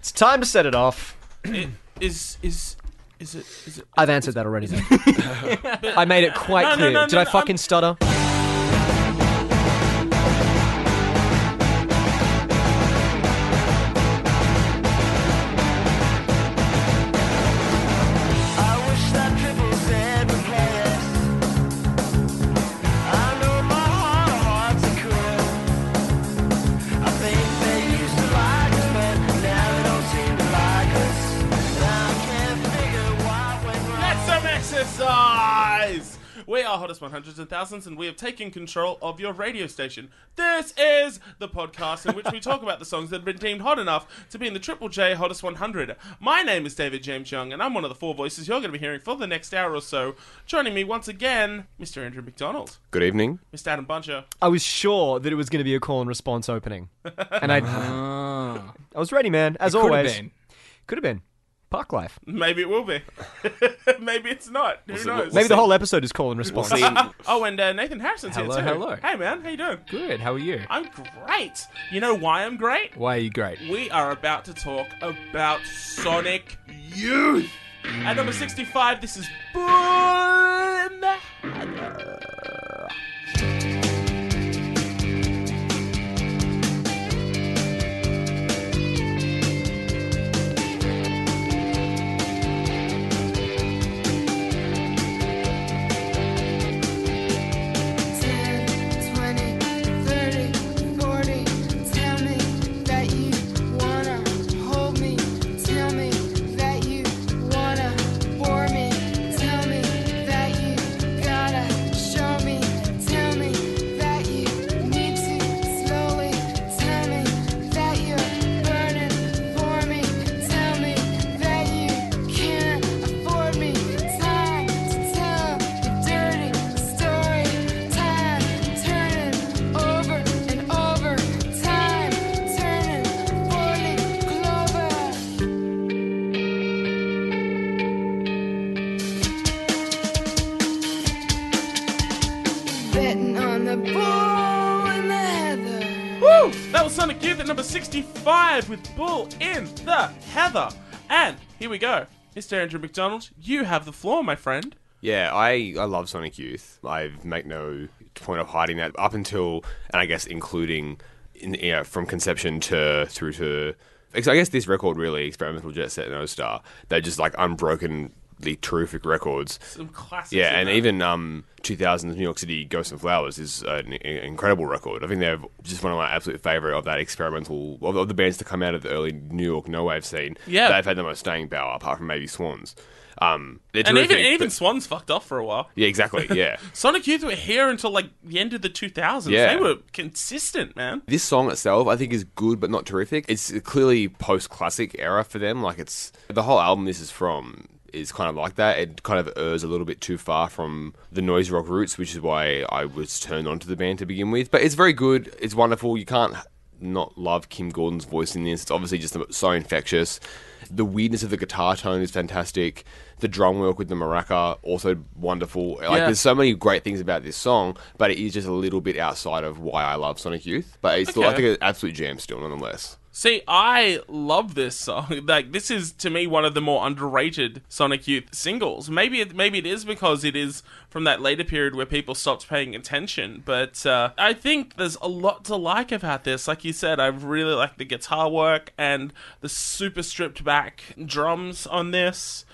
It's time to set it off. Is is is it? Is it? I've answered that already. Though. I made it quite No, no, clear. no, Did no, I no, fucking stutter? I wish that triple Z would play it. I know my heart of hearts are cruel. I think they used to like us, but now they don't seem to like us. Now I can't figure what went wrong. That's some exercise. We are Hottest 100s and Thousands, and we have taken control of your radio station. This is the podcast in which we talk about the songs that have been deemed hot enough to be in the Triple J Hottest 100. My name is David James Young, and I'm one of the four voices you're going to be hearing for the next hour or so. Joining me once again, Mr. Andrew McDonald, Good evening. Mr. Adam Buncher, I was sure that it was going to be a call and response opening, and I, Ah. I was ready, man. As Could have always, been. could have been park life. Maybe it will be. Maybe it's not. Who it- knows? Maybe the whole episode is call and response. Oh, and uh, Nathan Harrison's Hello, here too. hello. Hey, man, how you doing? Good. How are you? I'm great. You know why I'm great? Why are you great? We are about to talk about Sonic Youth. At number 65, this is Boom. Betting on the bull in the heather. Woo! That was Sonic Youth at number 65 with Bull in the Heather. And here we go. Mr. Andrew McDonald, you have the floor, my friend. Yeah, I, I love Sonic Youth. I make no point of hiding that up until, and I guess including, in, you know, from conception to through to, because I guess this record really, Experimental Jet Set and O Star, they're just like unbrokenly terrific records. Some classics. Yeah, in and there. even um, 2000's New York City Ghosts and Flowers is an i- incredible record. I think they're just one of my absolute favorite of that experimental of, of the bands to come out of the early New York no wave scene. Yeah. they've had the most staying power, apart from maybe Swans. Um, they're And terrific, even, even but- Swans fucked off for a while. yeah, exactly. Yeah, Sonic Youth were here until like the end of the 2000s. Yeah. They were consistent, man. this song itself, I think, is good but not terrific. It's clearly post-classic era for them. Like it's the whole album this is from is kind of like that. It kind of errs a little bit too far from the noise rock roots, which is why I was turned on to the band to begin with. But it's very good. It's wonderful. You can't not love Kim Gordon's voice in this. It's obviously just so infectious. The weirdness of the guitar tone is fantastic. The drum work with the maraca also wonderful. Like Yeah. there's so many great things about this song, but it is just a little bit outside of why I love Sonic Youth. But it's still, I Okay. think it's an absolute jam still, nonetheless. See, I love this song. Like, this is to me one of the more underrated Sonic Youth singles. Maybe, it, maybe it is because it is from that later period where people stopped paying attention. But uh, I think there's a lot to like about this. Like you said, I really like the guitar work and the super stripped back drums on this.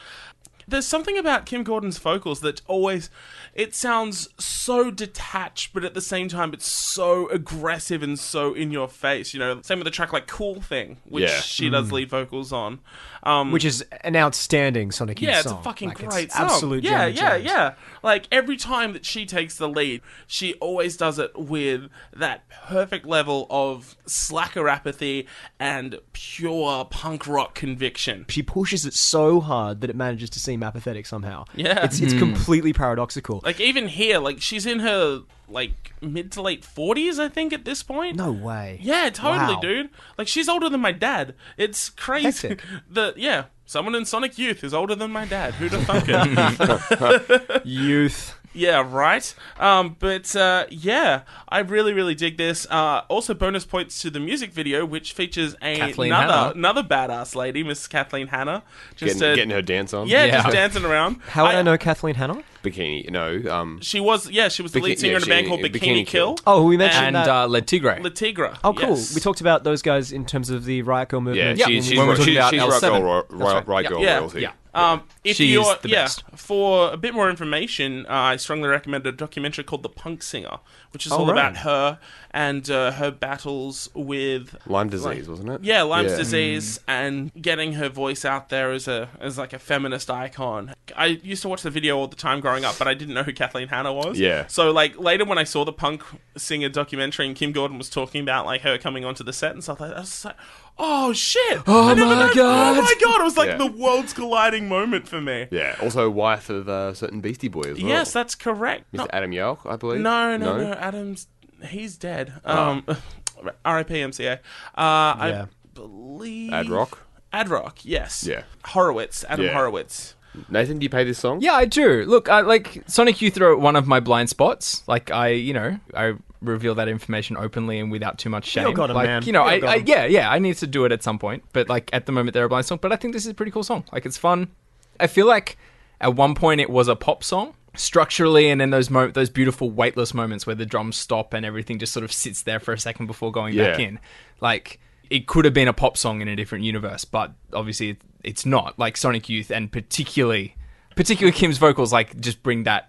there's something about Kim Gordon's vocals that always it sounds so detached, but at the same time it's so aggressive and so in your face. You know, same with the track like "Cool Thing," which Yeah. she does lead vocals on. Um, Mm. which is an outstanding Sonic Youth yeah, it's song. a fucking Like, great it's song. Absolute yeah, jam yeah, jams. yeah. Like every time that she takes the lead, she always does it with that perfect level of slacker apathy and pure punk rock conviction. She pushes it so hard that it manages to seem apathetic somehow. Yeah. it's, it's completely paradoxical. Like even here, like she's in her like mid to late forties, I think, at this point. no way. Yeah, totally, Wow. dude. Like she's older than my dad. It's crazy. Hectic. The yeah, someone in Sonic Youth is older than my dad. Who'd have thunk it? Youth. Yeah, right. Um, but uh, yeah, I really, really dig this. Uh, also, bonus points to the music video, which features a- Kathleen another Hanna. another badass lady, Miss Kathleen Hanna. Just Getting, uh, getting her dance on. yeah, just Yeah. dancing around. How would I, know Kathleen Hanna? Bikini. No. Um, She was, yeah, she was the Biki- lead singer yeah, in a she- band called Bikini Bikini, Kill. Kill. Oh, we mentioned And, that. and uh, Led Tigre. La Tigra. oh, cool. yes. We talked about those guys in terms of the Riot Girl movement. Yeah, Yeah, she, she's, when we're ro- talking she- about she's L7. rock girl, ro- That's ro- right. right Yeah. girl Yeah. royalty. Yeah. Um, if She's you're the yeah, best. for a bit more information, uh, I strongly recommend a documentary called "The Punk Singer," which is all Oh, right. about her and uh, her battles with Lyme disease, wasn't it? yeah Lyme's disease Mm. and getting her voice out there as a as like a feminist icon. I used to watch the video all the time growing up, but I didn't know who Kathleen Hanna was. Yeah. So like later when I saw the punk singer documentary and Kim Gordon was talking about like her coming onto the set and stuff like that, I was just like, oh shit! Oh my God. Oh my god! It was like Yeah. the world's colliding moment for me. Yeah. Also, wife of a certain Beastie Boy as well. Yes, that's correct. Mr. No, Adam Yelk, I believe. no, no, no, Adam's he's dead. Um, R.I.P. MCA. Uh, I Yeah. believe Ad Rock. Adrock, yes. Yeah. Horowitz, Adam Yeah. Horowitz. Nathan, do you pay this song? Yeah, I do. Look, I like Sonic Youth are one of my blind spots. Like I, you know, I reveal that information openly and without too much shame. You're got 'em, like, man. You know, You're I, got I 'em. yeah, yeah, I need to do it at some point. But like at the moment they're a blind song. But I think this is a pretty cool song. Like it's fun. I feel like at one point it was a pop song. Structurally, and in those mo- those beautiful weightless moments where the drums stop and everything just sort of sits there for a second before going back Yeah. in, like it could have been a pop song in a different universe, but obviously it- it's not. Like Sonic Youth, and particularly, particularly Kim's vocals, like just bring that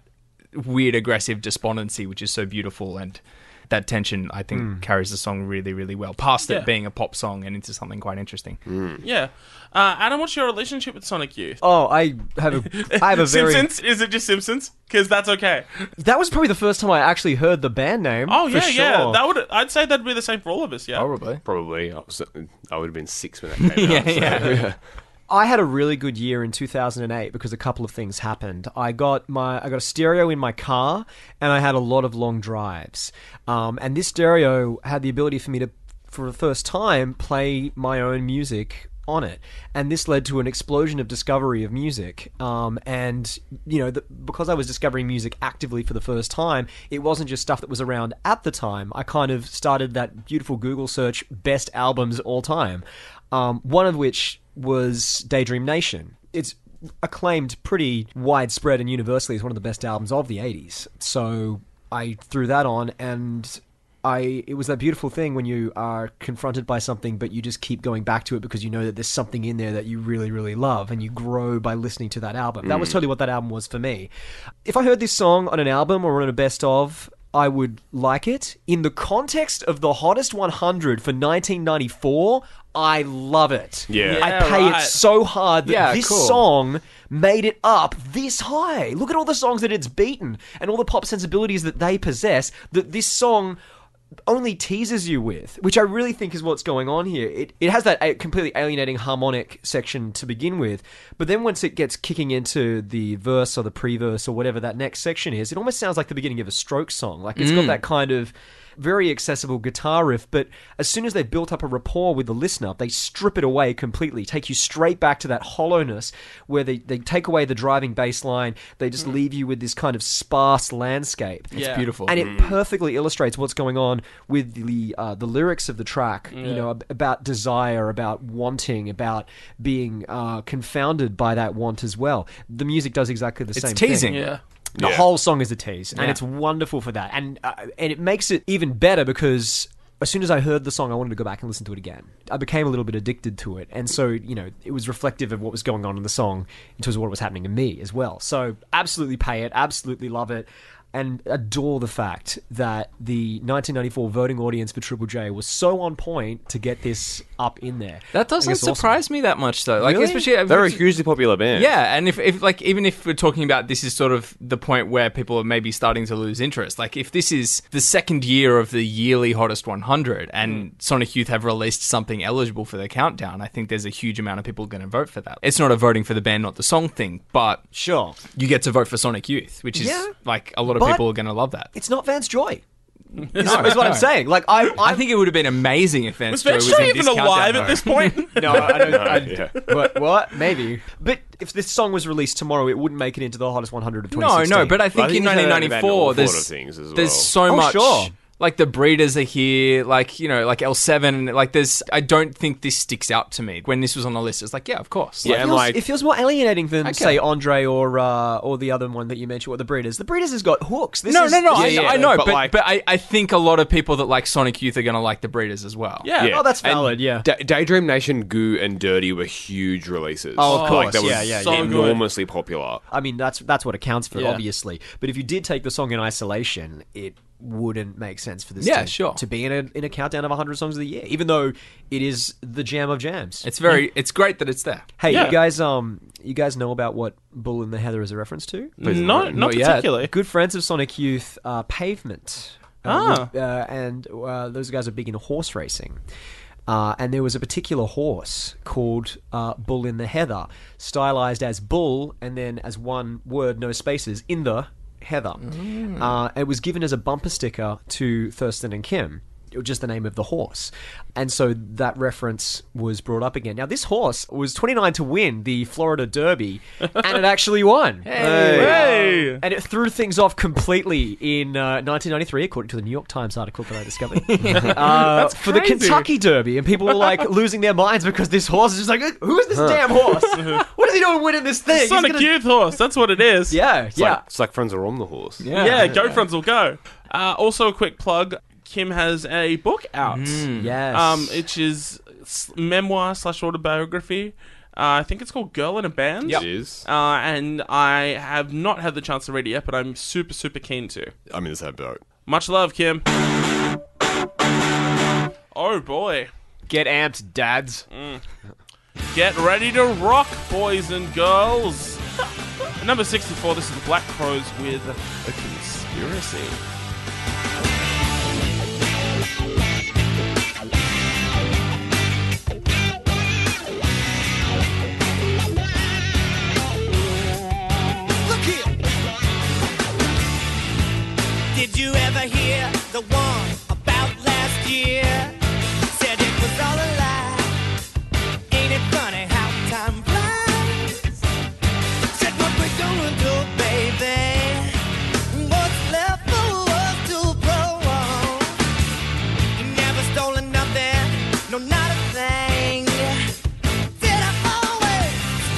weird aggressive despondency, which is so beautiful, and that tension I think carries the song really, really well. Past Yeah. it being a pop song and into something quite interesting. Yeah. Uh, Adam, what's your relationship with Sonic Youth? Oh, I have a, I have a very. Simpsons? Is it just Simpsons? Because that's okay. That was probably the first time I actually heard the band name. Oh for yeah, yeah. sure. That would I'd say that'd be the same for all of us. Yeah. Probably. Probably. I, was, I would have been six when that came out. Yeah, yeah. I had a really good year in 2008 because a couple of things happened. I got my I got a stereo in my car, and I had a lot of long drives. Um, and this stereo had the ability for me to, for the first time, play my own music on it. And this led to an explosion of discovery of music. Um, and you know, the, because I was discovering music actively for the first time, it wasn't just stuff that was around at the time. I kind of started that beautiful Google search best albums all time. Um, one of which was Daydream Nation. It's acclaimed pretty widespread and universally as one of the best albums of the 80s. So I threw that on and I it was that beautiful thing when you are confronted by something but you just keep going back to it because you know that there's something in there that you really really love and you grow by listening to that album. That was totally what that album was for me. If I heard this song on an album or on a best of I would like it. In the context of the hottest 100 for 1994, I love it. Yeah. I Yeah, pay right. it so hard that Yeah, this cool. song made it up this high. Look at all the songs that it's beaten and all the pop sensibilities that they possess that this song only teases you with, which I really think is what's going on here. It, it has that a- completely alienating harmonic section to begin with, but then once it gets kicking into the verse or the pre verse or whatever that next section is, it almost sounds like the beginning of a stroke song. Like it's got that kind of very accessible guitar riff, but as soon as they've built up a rapport with the listener, they strip it away completely, take you straight back to that hollowness where they, they take away the driving bass line, they just leave you with this kind of sparse landscape. Yeah. Beautiful. And it perfectly illustrates what's going on with the uh, the lyrics of the track. You know, ab- about desire, about wanting, about being uh, confounded by that want as well. The music does exactly the it's same. teasing. Thing. Yeah. The Yeah. whole song is a tease, and Yeah. it's wonderful for that. And uh, and it makes it even better because. As soon as I heard the song, I wanted to go back and listen to it again. I became a little bit addicted to it, and so you know it was reflective of what was going on in the song in terms of what was happening to me as well. So absolutely pay it, absolutely love it and adore the fact that the 1994 voting audience for Triple J was so on point to get this up in there. That I doesn't think it's awesome. surprise me that much though. Like Really? especially uh, They're a hugely popular band. Yeah, and if, if like even if we're talking about this is sort of the point where people are maybe starting to lose interest. Like if this is the second year of the yearly hottest 100 and Sonic Youth have released something eligible for the countdown, I think there's a huge amount of people going to vote for that. It's not a voting for the band, not the song thing, but Sure, you get to vote for Sonic Youth, which is Yeah. like a lot of But- people are going to love that. it's not Vance Joy. Is, is what I'm saying. Like I, I, I think it would have been amazing if Was Vance Joy Ben was Shaw in even this alive countdown, at this point? no, I don't. I, Yeah. But what? Maybe. But if this song was released tomorrow, it wouldn't make it into the hottest 100 of No, 2016. no, but I think think in he's had an event all 1994, sort there's of things as there's well. so Oh, much. sure. Like the breeders are here, like you know, like L seven, like there's. I don't think this sticks out to me when this was on the list. It's like, yeah, of course. Like, Yeah, It and feels- like- it feels more alienating than Okay. say Andre or uh, or the other one that you mentioned, or the Breeders. The Breeders has got hooks. This no, is, no, no, I, this is- I know, but but but, like- I, I think a lot of people that like Sonic Youth are gonna like the breeders as well. Yeah. Oh, that's And valid. yeah. Da- Daydream Nation, Goo, and Dirty were huge releases. Oh, of Like, that course. was Yeah, yeah, yeah. enormously popular. I mean, that's that's what it counts for, Yeah. obviously. But if you did take the song in isolation, it wouldn't make sense for this Yeah, to, sure. to be in a, in a countdown of 100 songs of the year, even though it is the jam of jams. it's very, it's great that it's there. hey, Yeah. you guys, um, you guys know about what Bull and the Heather is a reference to? not, not Not yet. particularly. Good friends of Sonic Youth, uh, Pavement. Uh, we- uh, and uh, those guys are big into horse racing. Uh, and there was a particular horse called uh, Bull in the Heather, stylized as Bull and then as one word, no spaces, in the Heather. Uh, it was given as a bumper sticker to Thurston and Kim. It was Just the name of the horse. And so that reference was brought up again. Now, this horse was 29 to win the Florida Derby, and it actually won. Hey. And it threw things off completely in uh, 1993, according to the New York Times article that I discovered. uh, For the crazy. Kentucky Derby, and people were like losing their minds because this horse is just like, who is this damn horse? what is he doing winning this thing? He's Sonic gonna-" Youth horse. That's what it is. Yeah, It's yeah. like, it's like friends are on the horse. Yeah. Yeah, go friends will go. Uh, also, a quick plug: Kim has a book out, yes. um, which is s- memoir slash autobiography. Uh, I think it's called "Girl in a Band." It is. Uh, and I have not had the chance to read it yet, but I'm super, super keen to. I'm in the same boat. Much love, Kim. Oh boy. Get amped, dads. Get ready to rock, boys and girls. At number 64, this is the Black Crows with a conspiracy. Look here. Did you ever hear the one about last year? Said it was all a lie. Ain't it funny how time flies? Said what we're gonna do, baby. What's left for us to prolong? You never stolen nothing, no, not a thing. Did I always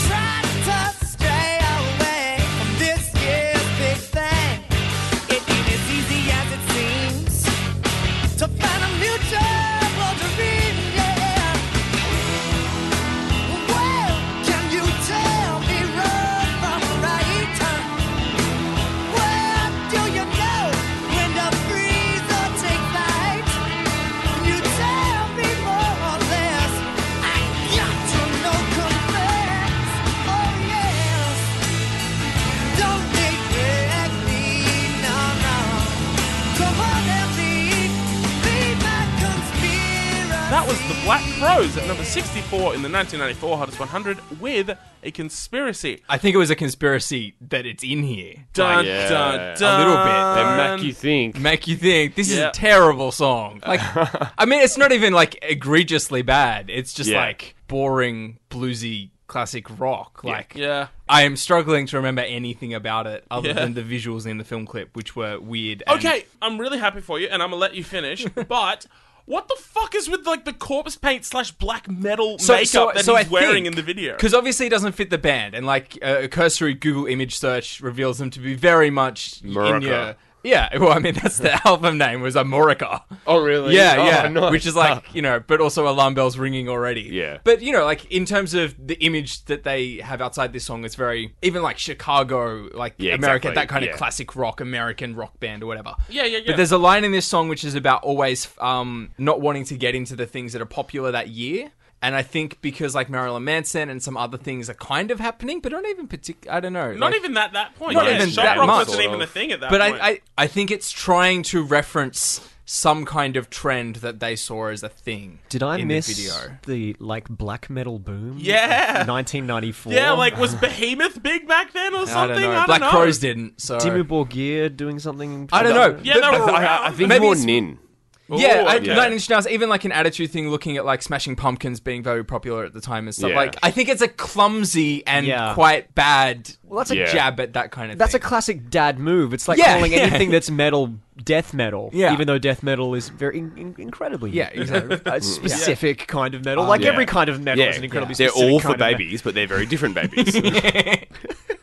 try to stray away from this year's big thing? It ain't as easy as it seems to find a new job or to read, yeah. Well, can you tell me right from right? Where do you know when to freeze or take flight? You tell me more or less. I got to know confess. Oh yes. Don't neglect me, no, no. Come on and leave, leave my conspiracy. That was the Black Crows at number 64 in the 1994 Hottest 100 with a conspiracy. I think it was a conspiracy that it's in here. Dun, yeah. dun, A dun. little bit. They make Um, you think. Make you think this is Yeah. a terrible song. Like, I mean, it's not even like egregiously bad. It's just Yeah. like boring bluesy classic rock. Like, Yeah. I am struggling to remember anything about it other Yeah. than the visuals in the film clip, which were weird. and- Okay, I'm really happy for you, and I'm gonna let you finish, but. What the fuck is with like the corpse paint slash black metal makeup that he's wearing in the video? Because obviously it doesn't fit the band, and like uh, a cursory Google image search reveals them to be very much in Murica. your. Yeah, well, I mean that's the album name was Amorica. Oh, really? Yeah, Oh, yeah, nice. which is like you know, but also alarm bells ringing already. Yeah. but you know, like in terms of the image that they have outside this song, it's very even like Chicago, like Yeah, America, exactly, that kind yeah. of classic rock, American rock band or whatever. Yeah, yeah, yeah. But there's a line in this song which is about always um, not wanting to get into the things that are popular that year. And I think because like Marilyn Manson and some other things are kind of happening, but not even particular. I don't know. Not like- even that that point. Not yeah, even Shop that Rock much. wasn't even a thing at that but point. I, I, I think it's trying to reference some kind of trend that they saw as a thing. Did I in miss the video? the like black metal boom? Yeah. nineteen ninety four. yeah, like was Behemoth big back then or I something? don't know. Black Crows didn't. So Dimmu Borgir doing something. I don't know. Yeah, they But- were but- around. I think Maybe more it's- Nin. Oh, Yeah, I, okay. Nine Inch Nails. Even like an attitude thing, looking at like Smashing Pumpkins being very popular at the time and stuff. Yeah. Like, I think it's a clumsy and Yeah. quite bad that's a- Yeah. jab at that kind of. That's a thing. classic dad move. It's like Yeah, calling yeah. anything that's metal death metal, Yeah. even though death metal is very in- in- incredibly yeah, Uh, exactly. a specific kind of metal. like yeah. every kind of metal Yeah, is an incredibly they're specific all for kind of metal. babies, but they're very different babies.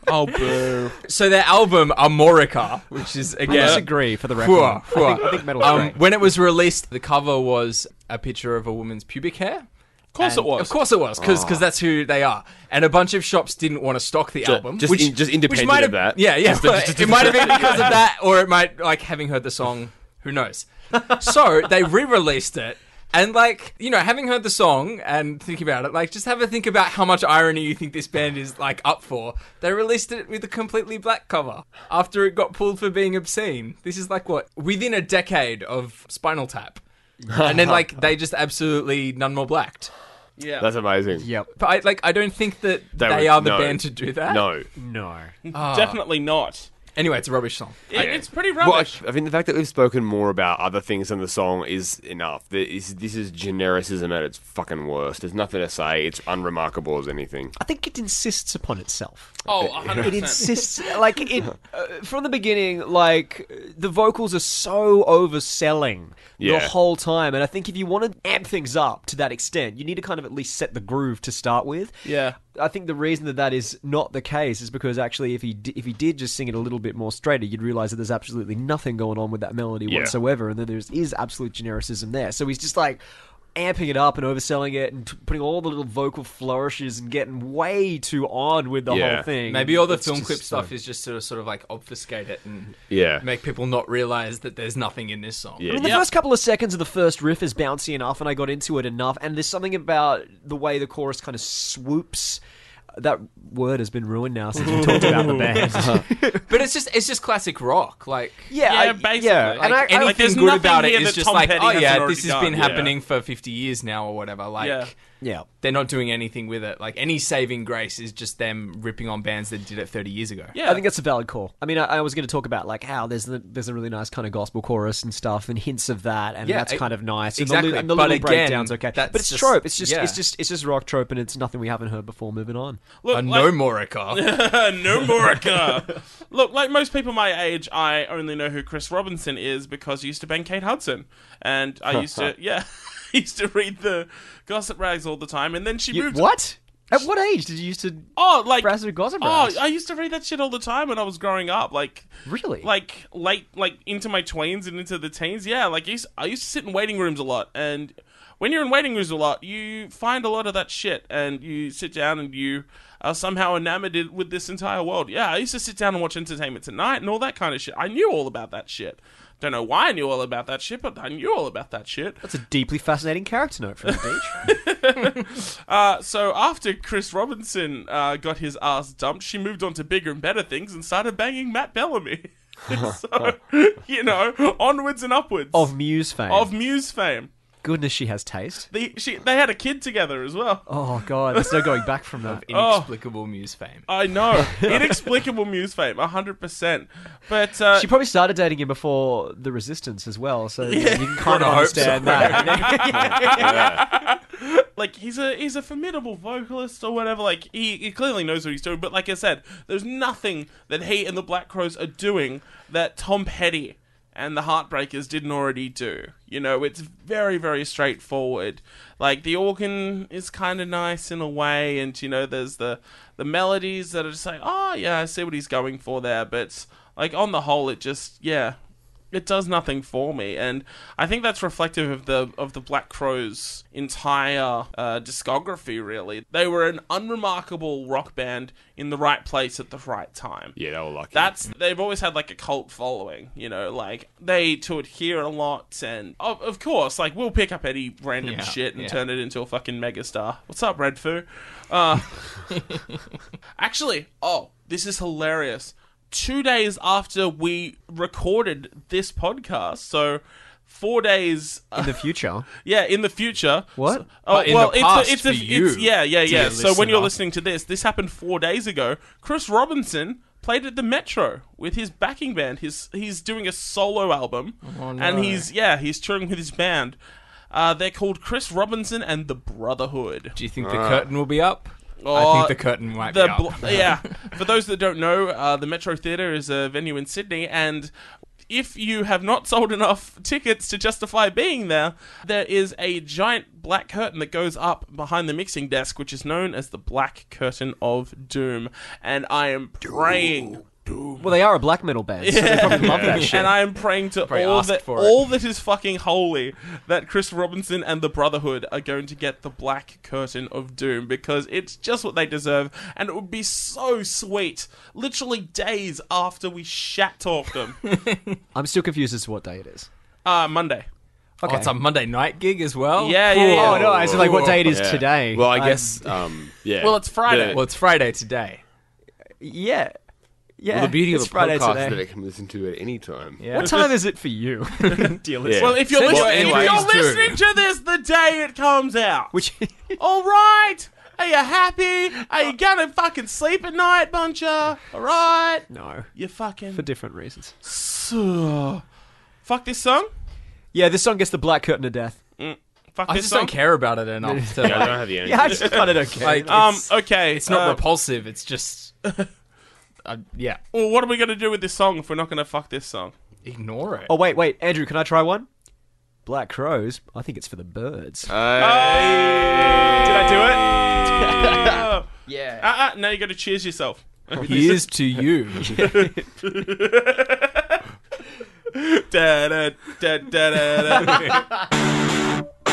Oh, boo. so their album Amorica, which is I again disagree for the record. Phew, I phew. think, I think metal's Um, great. when it was released, the cover was a picture of a woman's pubic hair. Of course it was. Of course it was, because Ah. that's who they are. And a bunch of shops didn't want to stock the album. just which, in- just which independent might of have- that. Yeah, yeah. it might have been because of that, or it might, like, having heard the song, who knows. so they re released it. And, like, you know, having heard the song and thinking about it, like, just have a think about how much irony you think this band is, like, up for. They released it with a completely black cover after it got pulled for being obscene. This is, like, what? Within a decade of Spinal Tap. and then, like, they just absolutely none more blacked. Yeah. That's amazing. Yep. But I, like, I don't think that they, They would- are the no. band to do that. No. No. Definitely not. Anyway, it's a rubbish song. It, It's pretty Well, I, rubbish. I think the fact that we've spoken more about other things than the song is enough. This, this is genericism at its fucking worst. There's nothing to say. It's unremarkable as anything. I think it insists upon itself. oh, 100%. It insists, like it uh, from the beginning. Like the vocals are so overselling the Yeah. whole time, and I think if you want to amp things up to that extent, you need to kind of at least set the groove to start with. Yeah. I think the reason that that is not the case is because actually, if he di- if he did just sing it a little bit more straighter, you'd realize that there's absolutely nothing going on with that melody Yeah. whatsoever, and that there is absolute genericism there. So he's just like amping it up and overselling it and t- putting all the little vocal flourishes and getting way too on with the Yeah. whole thing. Maybe all the It's film just clip so- stuff is just to sort of like obfuscate it and Yeah. make people not realize that there's nothing in this song. I Yeah. mean, the Yeah. first couple of seconds of the first riff is bouncy enough, and I got into it enough. And there's something about the way the chorus kind of swoops. That word has been ruined now since we talked about the band. But it's just it's just classic rock. Like yeah, Yeah, I- basically. Yeah, Like, and I, anything I, Like, there's good nothing about it here is that just Tom like Petty oh hasn't yeah, already this has done. been Yeah. happening for 50 years now or whatever. Like Yeah. yeah. they're not doing anything with it. Like any saving grace is just them ripping on bands that did it 30 years ago. yeah. I think that's a valid call. I mean, I, I was going to talk about like how there's the, there's a really nice kind of gospel chorus and stuff and hints of that, and Yeah, that's it- kind of nice. exactly. And the, li- and the But little again, breakdowns, okay. that's But it's just- trope. It's just yeah. it's just it's just rock trope, and it's nothing we haven't heard before. Moving on. Look, A like- Uh, no morica. no Morica. Look, like most people my age, I only know who Chris Robinson is because he used to bang Kate Hudson, and I used to yeah, I used to read the gossip rags all the time, and then she You- moved. what? At what age did you used to? Oh, like Brass with gossip Oh, rags. I used to read that shit all the time when I was growing up. Like Really? like late, like into my tweens and into the teens. Yeah, like I used, I used to sit in waiting rooms a lot, and when you're in waiting rooms a lot, you find a lot of that shit, and you sit down and you are somehow enamored i- with this entire world. Yeah, I used to sit down and watch Entertainment Tonight and all that kind of shit. I knew all about that shit. Don't know why I knew all about that shit, but I knew all about that shit. That's a deeply fascinating character note from the beach. Uh, so after Chris Robinson uh, got his ass dumped, she moved on to bigger and better things and started banging Matt Bellamy. so you know, onwards and upwards of Muse fame. of Muse fame. Goodness, she has taste. They she they had a kid together as well. Oh god, there's no going back from that. Oh. Inexplicable muse fame. I know inexplicable Muse fame, hundred percent. But uh, She probably started dating him before the Resistance as well, so you can kind Gotta of hope understand that. like he's a he's a formidable vocalist or whatever. Like he, he clearly knows what he's doing. But like I said, there's nothing that he and the Black Crows are doing that Tom Petty and the Heartbreakers didn't already do. You know, it's very very straightforward. Like the organ is kind of nice in a way, and you know there's the the melodies that are just like, oh yeah, I see what he's going for there. But like on the whole, it just yeah. it does nothing for me and i think that's reflective of the of the black crowes entire uh, discography really they were an unremarkable rock band in the right place at the right time Yeah, they were lucky. that's they've always had like a cult following you know like they toured here a lot and of, of course like we'll pick up any random Yeah, shit and yeah. turn it into a fucking megastar what's up red foo uh, Actually, oh, this is hilarious. Two days after we recorded this podcast, so four days, uh, in the future. yeah, in the future. What? So- oh, But in well, the it's, past a, it's, a, for you, it's yeah, yeah, yeah. dear So when you're listener. listening to this, this happened four days ago. Chris Robinson played at the Metro with his backing band. His he's doing a solo album, Oh, no. and he's yeah, he's touring with his band. Uh, they're called Chris Robinson and the Brotherhood. Do you think Ah. the curtain will be up? Oh, I think the curtain might the be up. bl- yeah. For those that don't know, uh, the Metro Theatre is a venue in Sydney, and if you have not sold enough tickets to justify being there, there is a giant black curtain that goes up behind the mixing desk, which is known as the Black Curtain of Doom. And I am praying. Well, they are a black metal band, so they probably love that shit. And I am praying to Probably all asked that for it. all that is fucking holy that Chris Robinson and the Brotherhood are going to get the black curtain of doom because it's just what they deserve and it would be so sweet literally days after we shat talked them. I'm still confused as to what day it is. uh Monday. Oh, it's a Monday night gig as well. Yeah, yeah, yeah. Oh no, I said like what day it is Yeah. today. Uh, Well, I I'm- guess. Um, yeah. Well, it's Friday. The, Well, it's Friday today. yeah, yeah. well, the beauty of it's a Friday podcast today. is that it can listen to at any time. Yeah. What time is it for you, dear listener? Yeah. Well, if you're, Send listening, your if you're entries too. listening to this the day it comes out, Which all right. Are you happy? Are you gonna fucking sleep at night, buncha? All right. no, You fucking for different reasons. So, fuck this song. Yeah, this song gets the black curtain to death. Fuck I this just song. don't care about it enough. To, Yeah, I don't have the energy. Yeah, I just kind of don't care. like, Um. it's, Okay. it's not uh, repulsive. It's just, uh, yeah, well, what are we gonna do with this song if we're not gonna fuck this song? ignore it. oh wait, wait, Andrew, can I try one? Black crows. I think it's for the birds. Uh, Did I do it? yeah. uh, uh, now you got to cheers yourself. Here's to you. Da, da, da, da, da, da.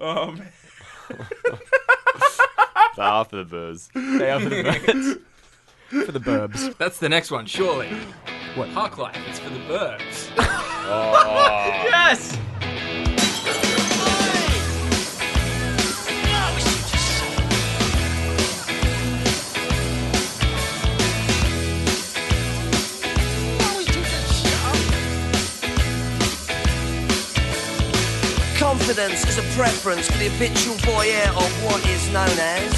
oh man. After the buzz. They are for the birds. for the burbs. That's the next one, surely. What? Park life. It's for the birds. Yes. Confidence is a preference for the habitual voyeur of what is known as.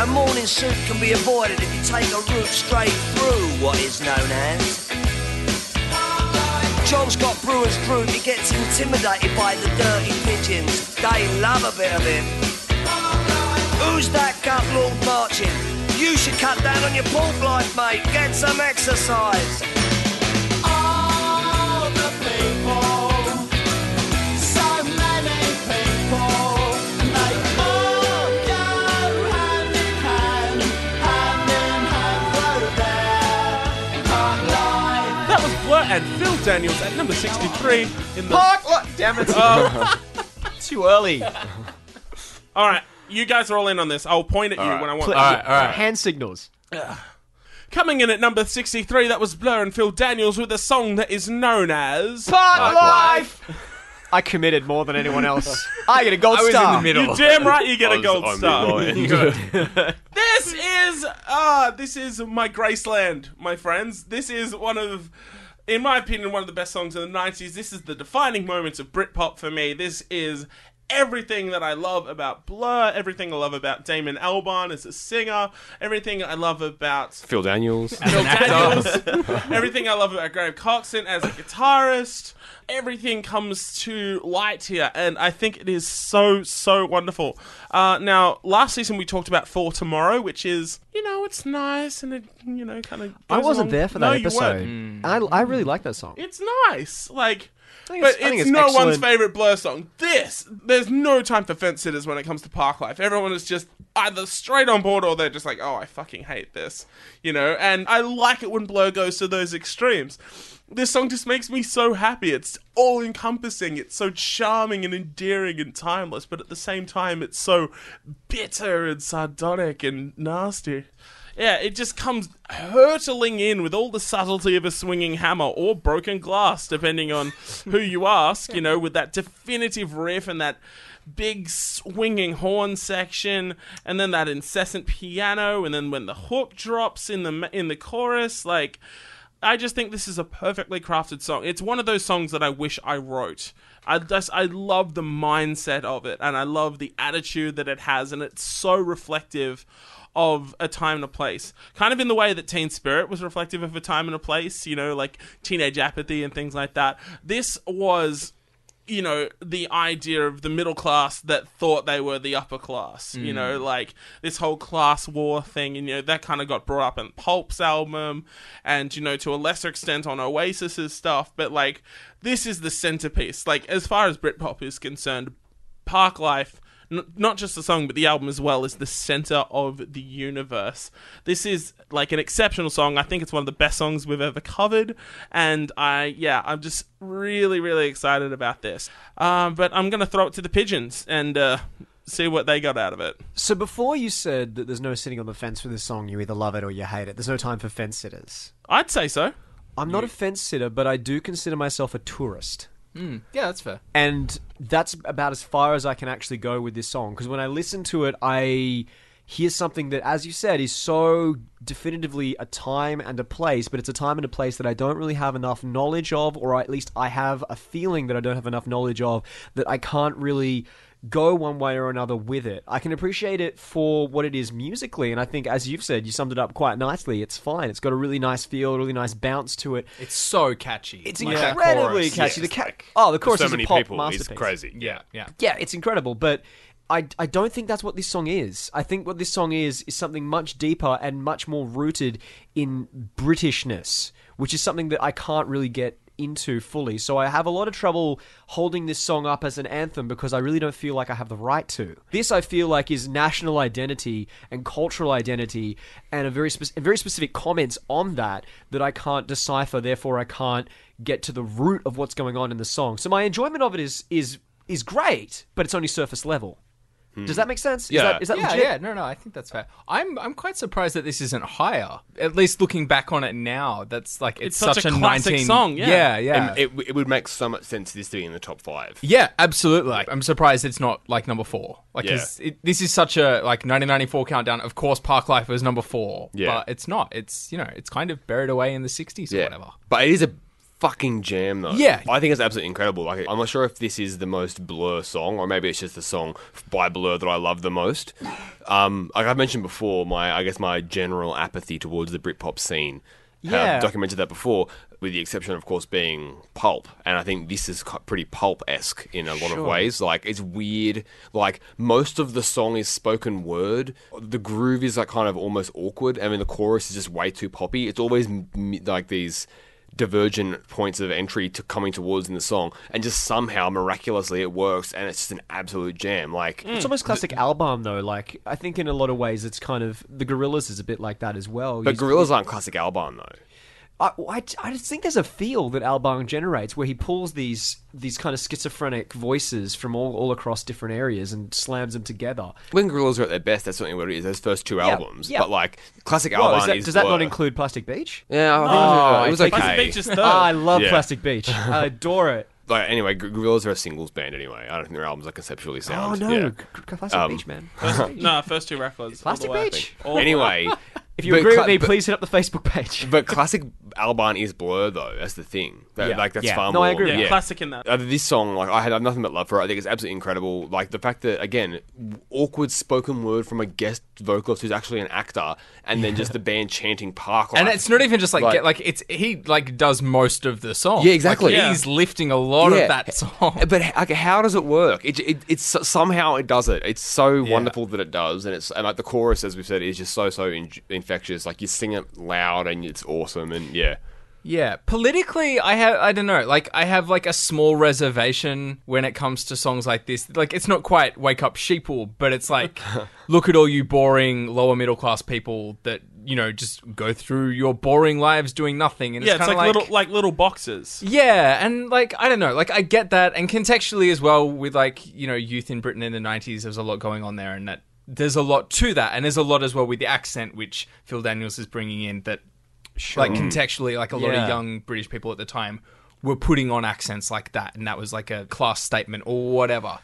A morning suit can be avoided if you take a route straight through what is known as. John Scott Brewer's group, he gets intimidated by the dirty pigeons. They love a bit of him. Who's that gut lord marching? You should cut down on your pork life, mate. Get some exercise. That was Blur and Phil Daniels at number sixty-three in the. Damn it. Oh. Too early. All right, you guys are all in on this. I'll point at you right. when I want. Pl- All right, all right. Hand signals. Coming in at number 63, that was Blur and Phil Daniels with a song that is known as. Part life. I committed more than anyone else. I get a gold I was star. in the middle. You damn right you get I a was gold on the low star. end. This is uh this is my Graceland, my friends. This is one of in my opinion one of the best songs of the 90s. This is the defining moments of Britpop for me. This is everything that I love about Blur, everything I love about Damon Albarn as a singer, everything I love about Phil Daniels. As an actor. Daniels. everything I love about Graham Coxon as a guitarist. Everything comes to light here, and I think it is so so wonderful. Uh, now, last season we talked about For Tomorrow, which is you know it's nice and it you know kind of. I wasn't there for that no, You episode. weren't. I, I really like that song. It's nice, like. think it's- But it's, I think it's no one's excellent. favorite Blur song. This, there's no time for fence sitters when it comes to Park Life. Everyone is just either straight on board or they're just like, oh, I fucking hate this, you know. And I like it when Blur goes to those extremes. This song just makes me so happy. It's all encompassing. It's so charming and endearing and timeless, but at the same time, it's so bitter and sardonic and nasty. Yeah, it just comes hurtling in with all the subtlety of a swinging hammer or broken glass, depending on who you ask, you know, with that definitive riff and that big swinging horn section and then that incessant piano and then when the hook drops in the in the chorus like I just think this is a perfectly crafted song. It's one of those songs that I wish I wrote. I just I love the mindset of it and I love the attitude that it has and it's so reflective of a time and a place. Kind of in the way that Teen Spirit was reflective of a time and a place, you know, like teenage apathy and things like that. This was you know the idea of the middle class that thought they were the upper class you know like this whole class war thing and you know that kind of got brought up in pulp's album and you know to a lesser extent on oasis's stuff but like this is the centerpiece like as far as britpop is concerned park life n- not just the song but the album as well is the center of the universe this is like an exceptional song i think it's one of the best songs we've ever covered and i yeah i'm just really really excited about this um, but i'm gonna throw it to the pigeons and uh, see what they got out of it So before you said that there's no sitting on the fence with this song, you either love it or you hate it. There's no time for fence sitters. i'd say so I'm not a fence sitter, but I do consider myself a tourist. Yeah, that's fair. and that's about as far as I can actually go with this song because when I listen to it, I hear something that, as you said, is so definitively a time and a place, but it's a time and a place that I don't really have enough knowledge of, or at least I have a feeling that I don't have enough knowledge of that I can't really go one way or another with it. I can appreciate it for what it is musically and I think as you've said you summed it up quite nicely. It's fine. It's got a really nice feel, a really nice bounce to it. It's so catchy. It's Like, that incredibly chorus, catchy. the yes, ca- like, oh, the For chorus so is many a pop people, it's masterpiece. crazy. yeah, yeah. Yeah, it's incredible, but I, I don't think that's what this song is. I think what this song is is something much deeper and much more rooted in Britishness, which is something that I can't really get into fully. So I have a lot of trouble holding this song up as an anthem because I really don't feel like I have the right to. This I feel like is national identity and cultural identity and a very spec- very specific comments on that that I can't decipher, therefore I can't get to the root of what's going on in the song. So my enjoyment of it is is is great, but it's only surface level. Does that make sense? Hmm. Yeah. Is that, is that Yeah, legit? yeah, no, no, I think that's fair. I'm, I'm quite surprised that this isn't higher. At least looking back on it now, that's like it's, It's such a classic 19 song, yeah. yeah, yeah. And it, it would make so much sense this to be in the top five. Yeah, absolutely. Like, I'm surprised it's not like number four. Like, Yeah. 'cause it, this is such a like 1994 countdown. Of course, Park Life was number four, Yeah. but it's not. It's you know, it's kind of buried away in the 60s or whatever. But it is a fucking jam though. Yeah. I think it's absolutely incredible. Like I'm not sure if this is the most Blur song or maybe it's just the song by Blur that I love the most. Um like I've mentioned before my I guess my general apathy towards the Britpop scene. Yeah. Have documented that before with the exception of course being pulp and I think this is cu- pretty pulp-esque in a lot of ways. Like it's weird like most of the song is spoken word. The groove is like kind of almost awkward. I mean the chorus is just way too poppy. It's always m- m- like these divergent points of entry to coming towards in the song and just somehow miraculously it works and it's just an absolute jam like It's almost classic Albarn though. Like I think in a lot of ways, it's kind of the Gorillas is a bit like that as well. but You- gorillas aren't classic albarn though I, I, I just think there's a feel that Albarn generates where he pulls these these kind of schizophrenic voices from all, all across different areas and slams them together. when gorillas are at their best that's certainly what it is those first two albums yeah. but like classic Whoa, is albarn that- is does that not Blur. include Plastic Beach? yeah I think it was Oh, okay Plastic Beach is third. Ah, I love Yeah. Plastic Beach. I adore it. like anyway Gor- gorillas are a singles band anyway I don't think their albums are conceptually Oh sound no, Yeah. Um, G- G- Plastic Beach, man. no first two records all the Plastic way, I Beach? think. All the way. anyway If you but agree cla- with me, but- please hit up the Facebook page. but classic albarn is blur though that's the thing That- Yeah. like that's Yeah. far No, more I agree with yeah, classic in that Uh, this song, like I had nothing but love for it. I think it's absolutely incredible. Like the fact that again, awkward spoken word from a guest vocalist who's actually an actor, and then just the band chanting Park. And Life. it's not even just like Like- get, like it's he like does most of the song. Yeah, exactly. Like, Yeah. He's lifting a lot Yeah. of that song. But h- like, how does it work? It, it it's somehow it does it. It's so wonderful that it does, and it's and like the chorus, as we've said, is just so so in- infectious. Like you sing it loud, and it's awesome, and yeah. Yeah, politically, I have I don't know. Like I have like a small reservation when it comes to songs like this. Like it's not quite "Wake Up Sheeple," but it's like, look at all you boring lower middle class people that you know just go through your boring lives doing nothing. And Yeah, it's, it's like, kinda little like little boxes. yeah, and like I don't know, like I get that, and contextually as well with like you know youth in Britain in the '90s, there's a lot going on there, and that there's a lot to that, and there's a lot as well with the accent which Phil Daniels is bringing in that, like contextually, like a lot Yeah. of young British people at the time were putting on accents like that, and that was like a class statement or whatever.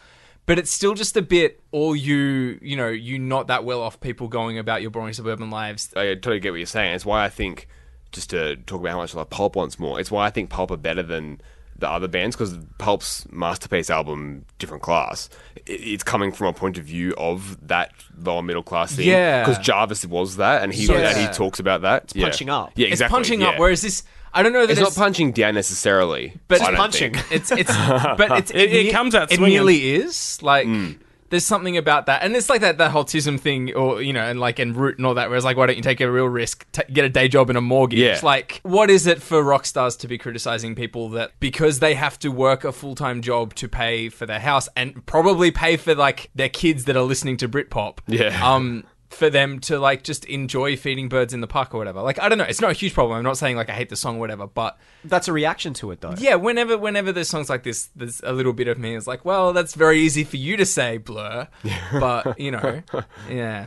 But it's still just a bit all you, you know, you not that well off people going about your boring suburban lives. I totally get what you're saying. It's why I think, just to talk about how much I love Pulp once more, it's why I think Pulp are better than the other bands because Pulp's masterpiece album, different class. i- It's coming from a point of view of that lower middle class thing. Yeah. because Jarvis was that, and he So and it's- he talks about that. It's punching up. Yeah, It's exactly. punching up, yeah. whereas this, I don't know that it's it's, not punching down necessarily, But- I Just don't punching. think. It's it's but it's, It- it comes out It swinging. nearly is like there's something about that, and it's like that that whole tism thing, or you know, and like and root and all that. Whereas like, why don't you take a real risk, t- get a day job and a mortgage? Yeah. Like, what is it for rock stars to be criticizing people that because they have to work a full time job to pay for their house and probably pay for like their kids that are listening to Britpop? Yeah. Um. For them to like just enjoy feeding birds in the park or whatever. Like, I don't know. It's not a huge problem. I'm not saying like I hate the song or whatever, but That's a reaction to it, though. yeah, whenever whenever there's songs like this, there's a little bit of me is like, well, that's very easy for you to say, Blur, but you know, yeah.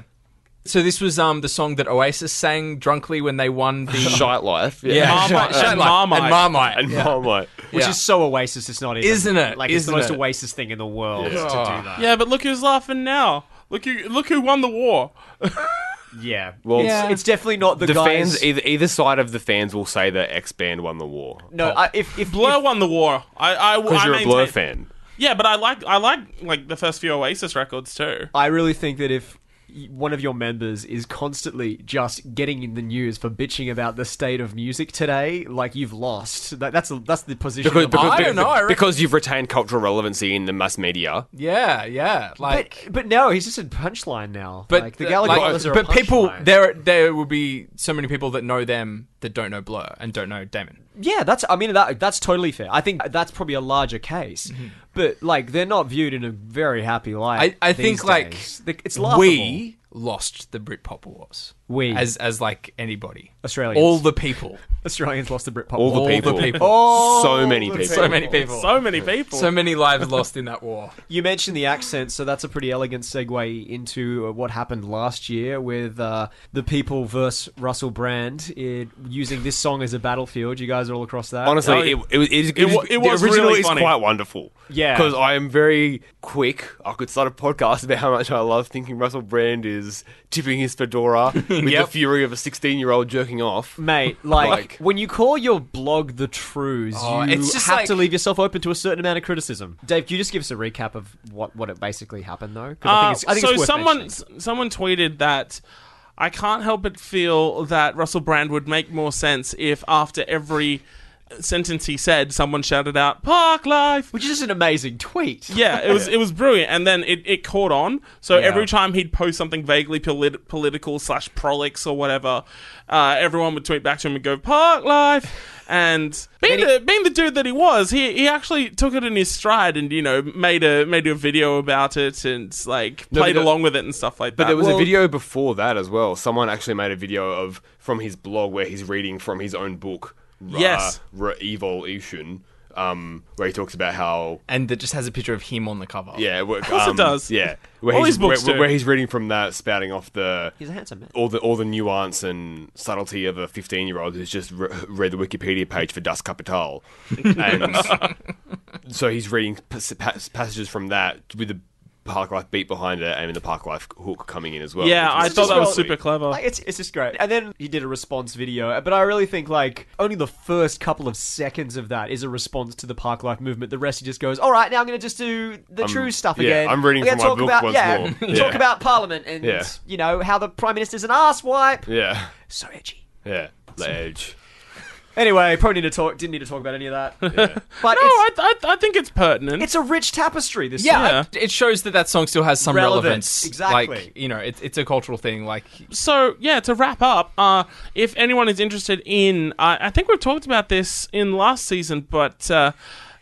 So this was um the song that Oasis sang drunkenly when they won the Shite life. Yeah. Marmite- Shine and Light- Marmite. and Marmite, And I'm like, Which Yeah. is so Oasis, it's not even. Isn't it? Like, it's Isn't the most it? Oasis thing in the world to Oh. do that. Yeah, but look who's laughing now. Look who look who won the war. Yeah. Well, it's, Yeah. it's definitely not the, the guys. fans, either, either side of the fans will say that X Band won the war. no, Oh. I, if, if, Blur if- won the war. I I, Because I you're a maintain- Blur fan. Yeah, but I like I like like the first few Oasis records too. I really think that if y- one of your members is constantly just getting in the news for bitching about the state of music today, like you've lost. That, that's that's the position. Because, of- because, I don't know, I reckon- because you've retained cultural relevancy in the mass media. yeah, yeah, like. but, but no, he's just a punchline now. But like, the Gallagher like, brothers are a but people punchline. there there will be so many people that know them that don't know Blur and don't know Damon. Yeah, that's. I mean, that that's totally fair. I think that's probably a larger case, Mm-hmm. but like they're not viewed in a very happy I, light. I these think like days. Like, it's laughable. we lost the Britpop wars. We. as as like anybody Australians. all the people, Australians lost the Britpop. All the all people. the people. Oh, so many people. so many people. So many people. So many lives lost in that war. You mentioned the accent, so that's a pretty elegant segue into uh, what happened last year with uh, the people versus Russell Brand in, using this song as a battlefield. You guys are all across that. Honestly, Oh, it, it, was- it, it wa- it was the original really is funny. quite wonderful. Yeah. Because I am very quick. I could start a podcast about how much I love thinking Russell Brand is tipping his fedora with the fury of a 16 year old jerking off. Mate, like, Like- when you call your blog the truths, Oh, you it's just have like- to leave yourself open to a certain amount of criticism. Dave, can you just give us a recap of what, what it basically happened though? 'Cause Uh, I think it's, I think so it's worth someone mentioning. s- someone tweeted that I can't help but feel that Russell Brand would make more sense if after every sentence he said, someone shouted out "Park Life." which is just an amazing tweet. Yeah, it was it was brilliant, and then it, it caught on. So every time he'd post something vaguely polit- political slash prolix or whatever, uh, everyone would tweet back to him and go "Park Life." And being the being the dude that he was, he he actually took it in his stride and you know made a made a video about it and like No, played but- along with it and stuff like that. But there was well- a video before that as well. Someone actually made a video of from his blog where he's reading from his own book, Ra- Yes. Ra- Evolution, um, where he talks about how And that just has a picture of him on the cover. Yeah, of course it does. Yeah, where All he's, his books where, do. where he's reading from that, spouting off the He's a handsome man. all the all the nuance and subtlety of a fifteen-year-old who's just re- read the Wikipedia page for Das Kapital, and so he's reading pas- pas- passages from that with the Park Life beat behind it, and the Park Life hook coming in as well. yeah, which I is thought just that was lovely. super clever. Like, it's, it's just great. And then he did a response video, but I really think like only the first couple of seconds of that is a response to the park life movement. The rest he just goes, "All right, now I'm going to just do the true stuff yeah, again." I'm reading gonna from my talk book about, once yeah, more. Talk Yeah. about Parliament and Yeah. you know how the prime minister's an asswipe. Yeah, So edgy. yeah, the edge. Anyway, probably need to talk. Didn't need to talk about any of that. But No, it's, I, I, I think it's pertinent. it's a rich tapestry. This song. Yeah, it shows that that song still has some Relevance, relevance. exactly. Like, you know, it's it's a cultural thing. Like, so yeah to wrap up uh, if anyone is interested in uh, i think we've talked about this in last season but uh,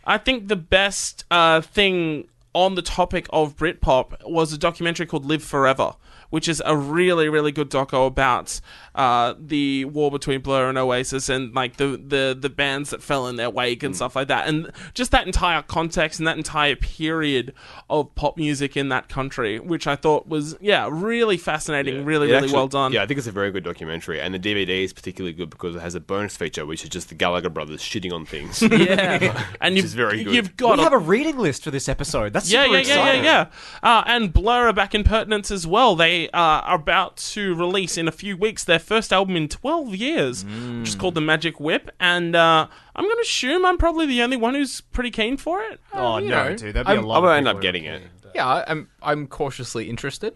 i think the best uh, thing on the topic of britpop was a documentary called live forever which is a really really good doco about uh, the war between blur and oasis and like the, the, the bands that fell in their wake and stuff like that and just that entire context and that entire period of pop music in that country which i thought was yeah really fascinating really It really actually- well done. Yeah, I think it's a very good documentary, and the DVD is particularly good because it has a bonus feature, which is just the Gallagher brothers shitting on things. yeah. and you've, is very good. you've got we a- have a reading list for this episode. That's yeah, super yeah, yeah, exciting. yeah, yeah. Uh, and Blur are back in Pertinence as well. They uh, are about to release in a few weeks their first album in 12 years, which is called The Magic Whip. And uh, I'm going to assume I'm probably the only one who's pretty keen for it. Uh, Oh you no, know, dude, that'd be I'm- a lot. of I'm gonna end people up who are getting it. yeah, I- I'm I'm cautiously interested.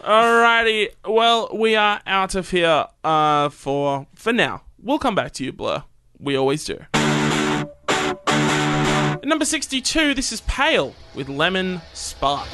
Alrighty. Well, we are out of here uh, for for now. We'll come back to you, Blur. We always do. At number 62, this is Pale with Lemon Spark.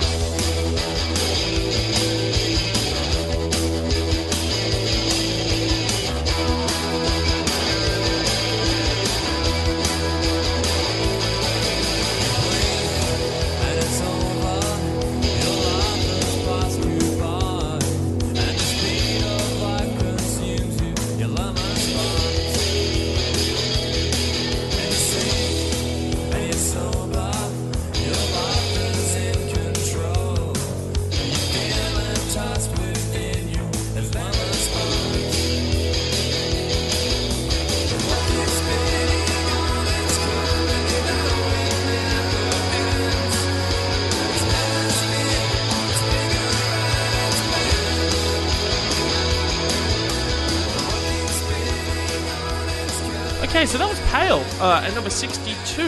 Okay, so that was Pale uh, at number 62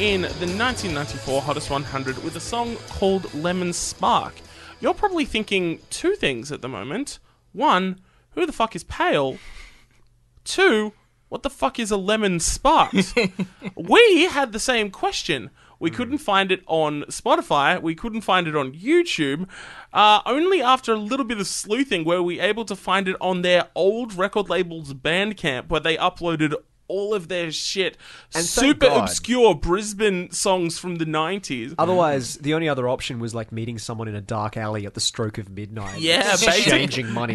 in the 1994 Hottest 100 with a song called Lemon Spark. You're probably thinking two things at the moment. One, who the fuck is Pale? Two, what the fuck is a lemon spark? we had the same question. We Hmm. couldn't find it on Spotify. We couldn't find it on YouTube. Uh, only after a little bit of sleuthing were we able to find it on their old record label's Bandcamp, where they uploaded all of their shit, And thank super God. obscure Brisbane songs from the nineties. Otherwise, the only other option was like meeting someone in a dark alley at the stroke of midnight. Yeah, Just basic- exchanging money.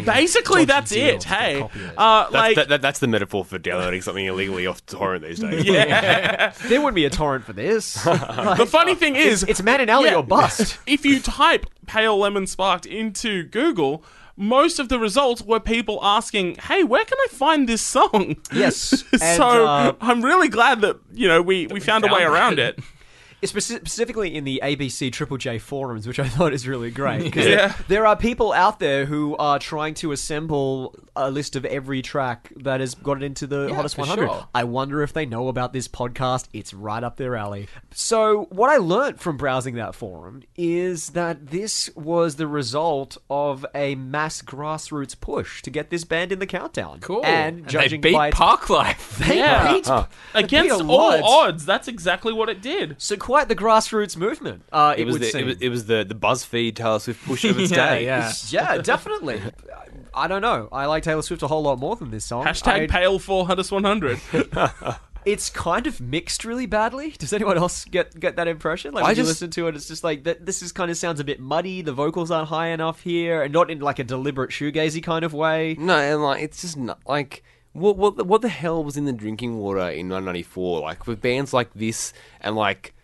Dodgy Basically, that's it. deals to get a Hey, copy of it. uh, That's, like that, that, that's the metaphor for downloading something illegally off torrent these days. there wouldn't be a torrent for this. Like, the funny thing is, it's man and alley Yeah. or bust. if you type pale lemon sparked into Google, most of the results were people asking, "Hey, where can I find this song?" Yes, so and, uh, I'm really glad that you know we, we found, a way found around it. Speci- specifically in the ABC Triple J forums, which I thought is really great. 'cause Yeah. There are people out there who are trying to assemble a list of every track that has gotten into the Yeah, Hottest for 100. sure. I wonder if they know about this podcast. It's right up their alley. So, what I learnt from browsing that forum is that this was the result of a mass grassroots push to get this band in the countdown. And, judging they beat by. Park Life. They Yeah. beat- Against beat a all lot. odds, that's exactly what it did. So quite the grassroots movement. Uh, it, It was, would the, seem. it was it was the the BuzzFeed Taylor Swift push of its Yeah, day. yeah. yeah, definitely. I don't know. I like Taylor Swift a whole lot more than this song. Hashtag I- pale for Hunters 100. it's kind of mixed really badly. Does anyone else get get that impression? Like I when you just- listen to it, it's just like that. This is kind of sounds a bit muddy. The vocals aren't high enough here, and not in like a deliberate shoegazy kind of way. No, and like it's just not like what what the, what the hell was in the drinking water in 1994? Like with bands like this and like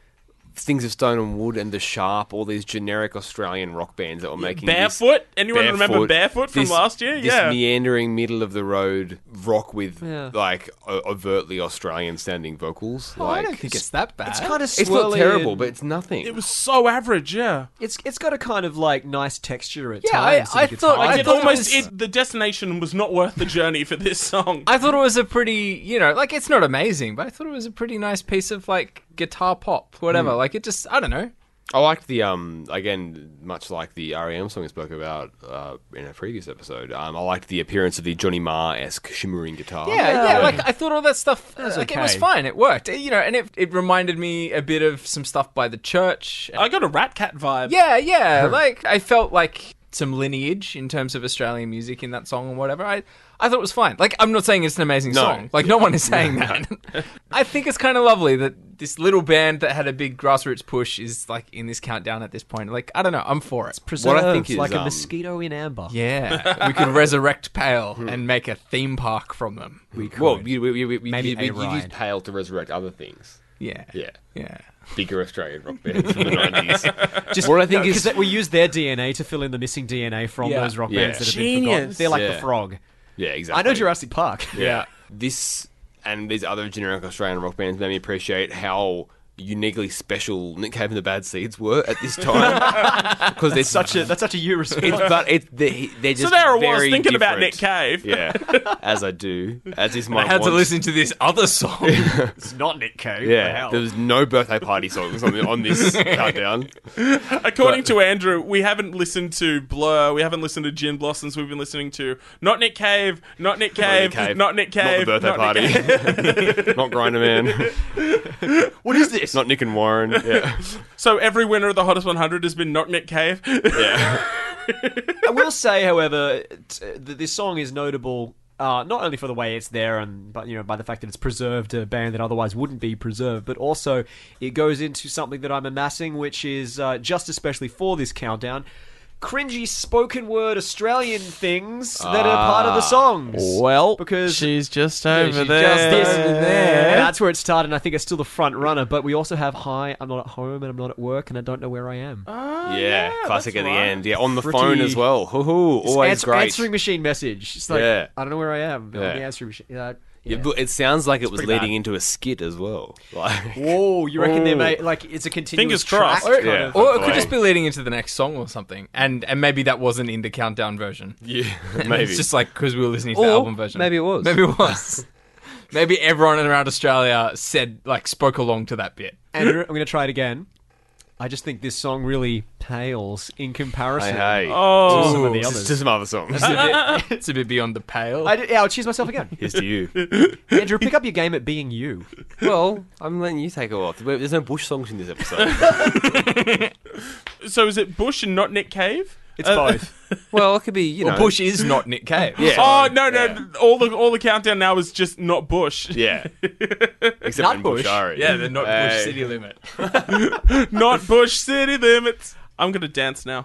things of Stone and Wood and The Sharp, all these generic Australian rock bands that were making this- Barefoot? Anyone remember Barefoot from this- last year? This Yeah. meandering middle of the road rock with Yeah. like o- overtly Australian sounding vocals. Oh, I like don't think it's that bad. It's kind of swirly. Mm. it's not terrible, and- but it's nothing. it was so average, yeah. it's it's got a kind of like nice texture at Yeah, I- times. to the I guitar. thought- I Like it thought it almost was- it, the destination was not worth the journey for this song. I thought it was a pretty, you know, like it's not amazing, but I thought it was a pretty nice piece of like guitar pop, whatever. Like it just, I don't know. I liked the um again, much like the REM song we spoke about uh, in a previous episode. Um, I liked the appearance of the Johnny Marr esque shimmering guitar. Yeah, yeah, Like I thought all that stuff, like it was okay. fine. It worked, you know, and it it reminded me a bit of some stuff by the church. I got a Rat Cat vibe. Yeah, yeah. Like I felt like some lineage in terms of Australian music in that song or whatever. I I thought it was fine. Like I'm not saying it's an amazing No. song. Like no one is saying that. I think it's kind of lovely that this little band that had a big grassroots push is like in this countdown at this point. Like I don't know, I'm for it. Preserved, what I think think is, like a um, mosquito in amber. Yeah, we could resurrect Pale and make a theme park from them. We could. Well, you, you, you, you, Maybe you, a you, you ride. used Pale to resurrect other things. yeah, Yeah. yeah. Bigger Australian rock bands from the 90s. Just, What I think no, 'cause is- that we use their DNA to fill in the missing DNA from Yeah. those rock Yeah. bands that have been forgotten. Genius. They're like the Yeah. frog. yeah, exactly. I know Jurassic Park. Yeah. This and these other generic Australian rock bands made me appreciate how uniquely special Nick Cave and the Bad Seeds were at this time. Because they're such Such a, that's such a you response. It's, but it, they, they're just So there I was very thinking about Nick different. Cave. Yeah, as I do, as is my. I had to want. listen to this other song. it's not Nick Cave. Yeah, there was no birthday party songs on, the, on this countdown. According to Andrew, we haven't listened to Blur, we haven't listened to Gin Blossoms, we've been listening to not Nick Cave, not Nick Cave, not Nick Cave, not the birthday Nick Cave. party, not Grinder Man, What is this? not Nick and Warren. Yeah, So every winner of the Hottest 100 has been not Nick Cave. yeah. I will say, however, t- uh, that this song is notable. Uh, not only for the way it's there, and but you know by the fact that it's preserved a band that otherwise wouldn't be preserved, but also it goes into something that I'm amassing, which is uh, just especially for this countdown, cringy spoken word Australian things that are part of the songs. because just she's just over there. And that's where it started, and I think it's still the front runner. But we also have "Hi, I'm not at home, and I'm not at work, and I don't know where I am." yeah, classic at that's the right. end. Yeah, on the Pretty- phone as well. Hoo hoo, It's always ans- great. answering machine message. It's like Yeah. I don't know where I am. on Yeah. the answering machine. Uh, Yeah, yeah. but It sounds like it was pretty leading bad. into a skit as well. Like, Whoa, you reckon they Ooh. may like it's a continuous Fingers track crossed. kind Yeah. of- Or it could Hopefully. just be leading into the next song or something, and and maybe that wasn't in the countdown version. yeah, And maybe. it's just like because we were listening to the Or album version. maybe it was. Maybe it was. maybe everyone around Australia said like spoke along to that bit. Andrew, I'm going to try it again. I just think this song really pales in comparison. hey, hey. Oh. some of the Ooh, others. to, to some other songs. It's a bit beyond the pale. I did, yeah, I'll choose myself again. Here's to you. Andrew, pick up your game at being you. Well, I'm letting you take it off. There's no Bush songs in this episode. So is it Bush and not Nick Cave? It's Uh, both. well, it could be you know. Well, Bush is not Nick Cave. Yeah. Oh no no! Yeah. All the all the countdown now is just not Bush, Yeah. Except Not in Bush. Bushari. Yeah, they're not Bush Hey. City Limit. not Bush City Limits. I'm gonna dance now.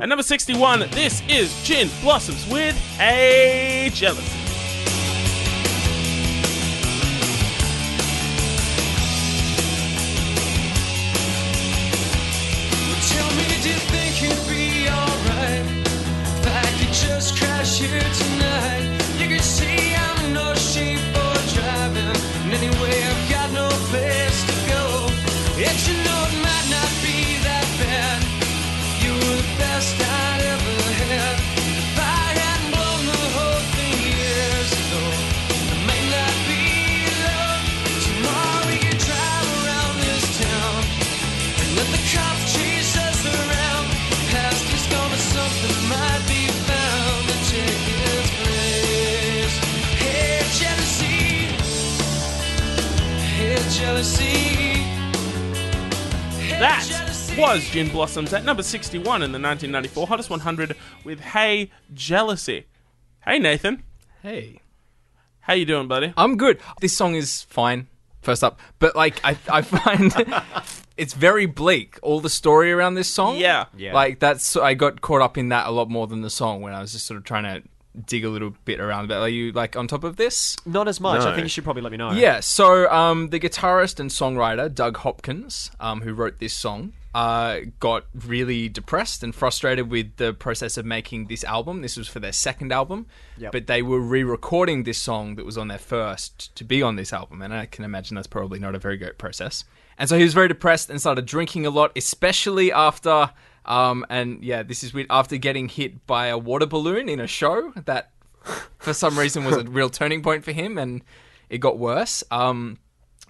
At number sixty-one, this is Gin Blossoms with a jealousy. Tell me, do you think you'd be alright if I could just crash here tonight? You can see I'm in no shape for driving, and anyway I've got no place to go. Yet you know it might not be that bad. You were the best I'd ever had. If I hadn't blown the whole thing years ago, I might not be alone. Tomorrow we could drive around this town. Let the cop chase us around. Past is gone, but something might be found to take its place. Hey, jealousy. Hey, jealousy. Hey, That jealousy. was Gin Blossoms at number 61 in the 1994 Hottest 100 with Hey Jealousy. Hey Nathan, Hey, how you doing, buddy? I'm good. This song is fine. First up, but like I, I find it's very bleak. All the story around this song. Yeah. Yeah. Like that's I got caught up in that a lot more than the song when I was just sort of trying to dig a little bit around about. Are you like on top of this? Not as much. I No. think you should probably let me know. Yeah, so um, the guitarist and songwriter Doug Hopkins, um, who wrote this song, uh, got really depressed and frustrated with the process of making this album. This was for their second album, Yep. but they were re-recording this song that was on their first to be on this album, and I can imagine that's probably not a very great process. And so he was very depressed and started drinking a lot, especially after. Um, and yeah, this is weird. After getting hit by a water balloon in a show that for some reason was a real turning point for him and it got worse. Um,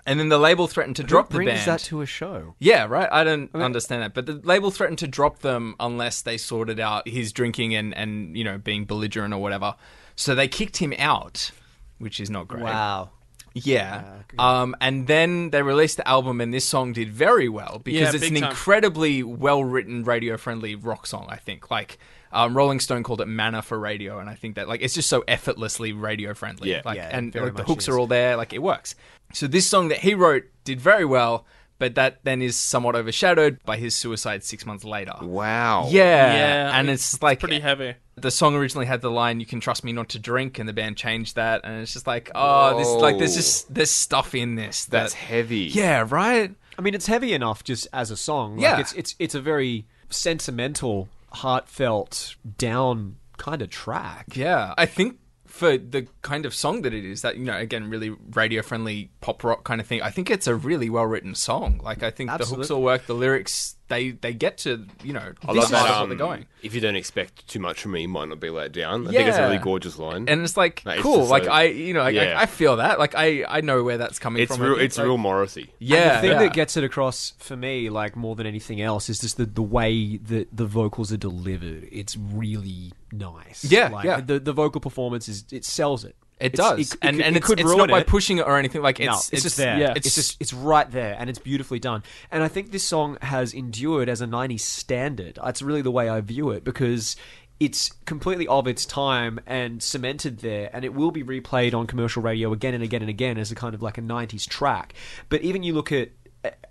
and then the label threatened to drop Who the brings that band. to a show. yeah, right. I don't understand that, but the label threatened to drop them unless they sorted out his drinking and and you know being belligerent or whatever. So they kicked him out, which is not great. Wow. Yeah. Um, and then they released the album, and this song did very well because Yeah, it's big an time. incredibly well written, radio friendly rock song, I think. Like, um, Rolling Stone called it Manna for Radio, and I think that, like, it's just so effortlessly radio friendly. Yeah. Like, Yeah, and very like, the much hooks is. are all there. Like, it works. So this song that he wrote did very well, but that then is somewhat overshadowed by his suicide six months later. Wow. Yeah. Yeah, and it's- it's, like Pretty heavy. the song originally had the line "You can trust me not to drink," and the band changed that, and it's just like, oh, this like there's Whoa. just there's stuff in this. that- That's heavy. yeah, right. I mean, it's heavy enough just as a song. Like, Yeah. It's, it's, it's a very sentimental, heartfelt, down kind of track. Yeah, I think for the kind of song that it is, that you know, again, really radio friendly pop rock kind of thing. I think it's a really well written song. Like I think the hooks Absolutely. all work, the lyrics they they get to you know, I this love is that. how um, they're going. If you don't expect too much from me, you might not be let down. I think it's a Yeah. really gorgeous line. And it's like Like, it's cool, just like like- I, you know, like, I- Yeah. I, feel that, like I, I know where that's coming it's from. I real. think, It's like- real Morrissey. Yeah, And the thing yeah. that gets it across for me, like more than anything else, is just the, the way that the vocals are delivered. It's really nice. Yeah, like, yeah. The, the vocal performance is it sells it. It It's- does, and and it's, could it's ruin not by it. pushing it or anything. Like it's no, it's, just there. Yeah, It's, just it's right there, and it's beautifully done. And I think this song has endured as a '90s standard. That's really the way I view it because it's completely of its time and cemented there, and it will be replayed on commercial radio again and again and again as a kind of like a '90s track. But even you look at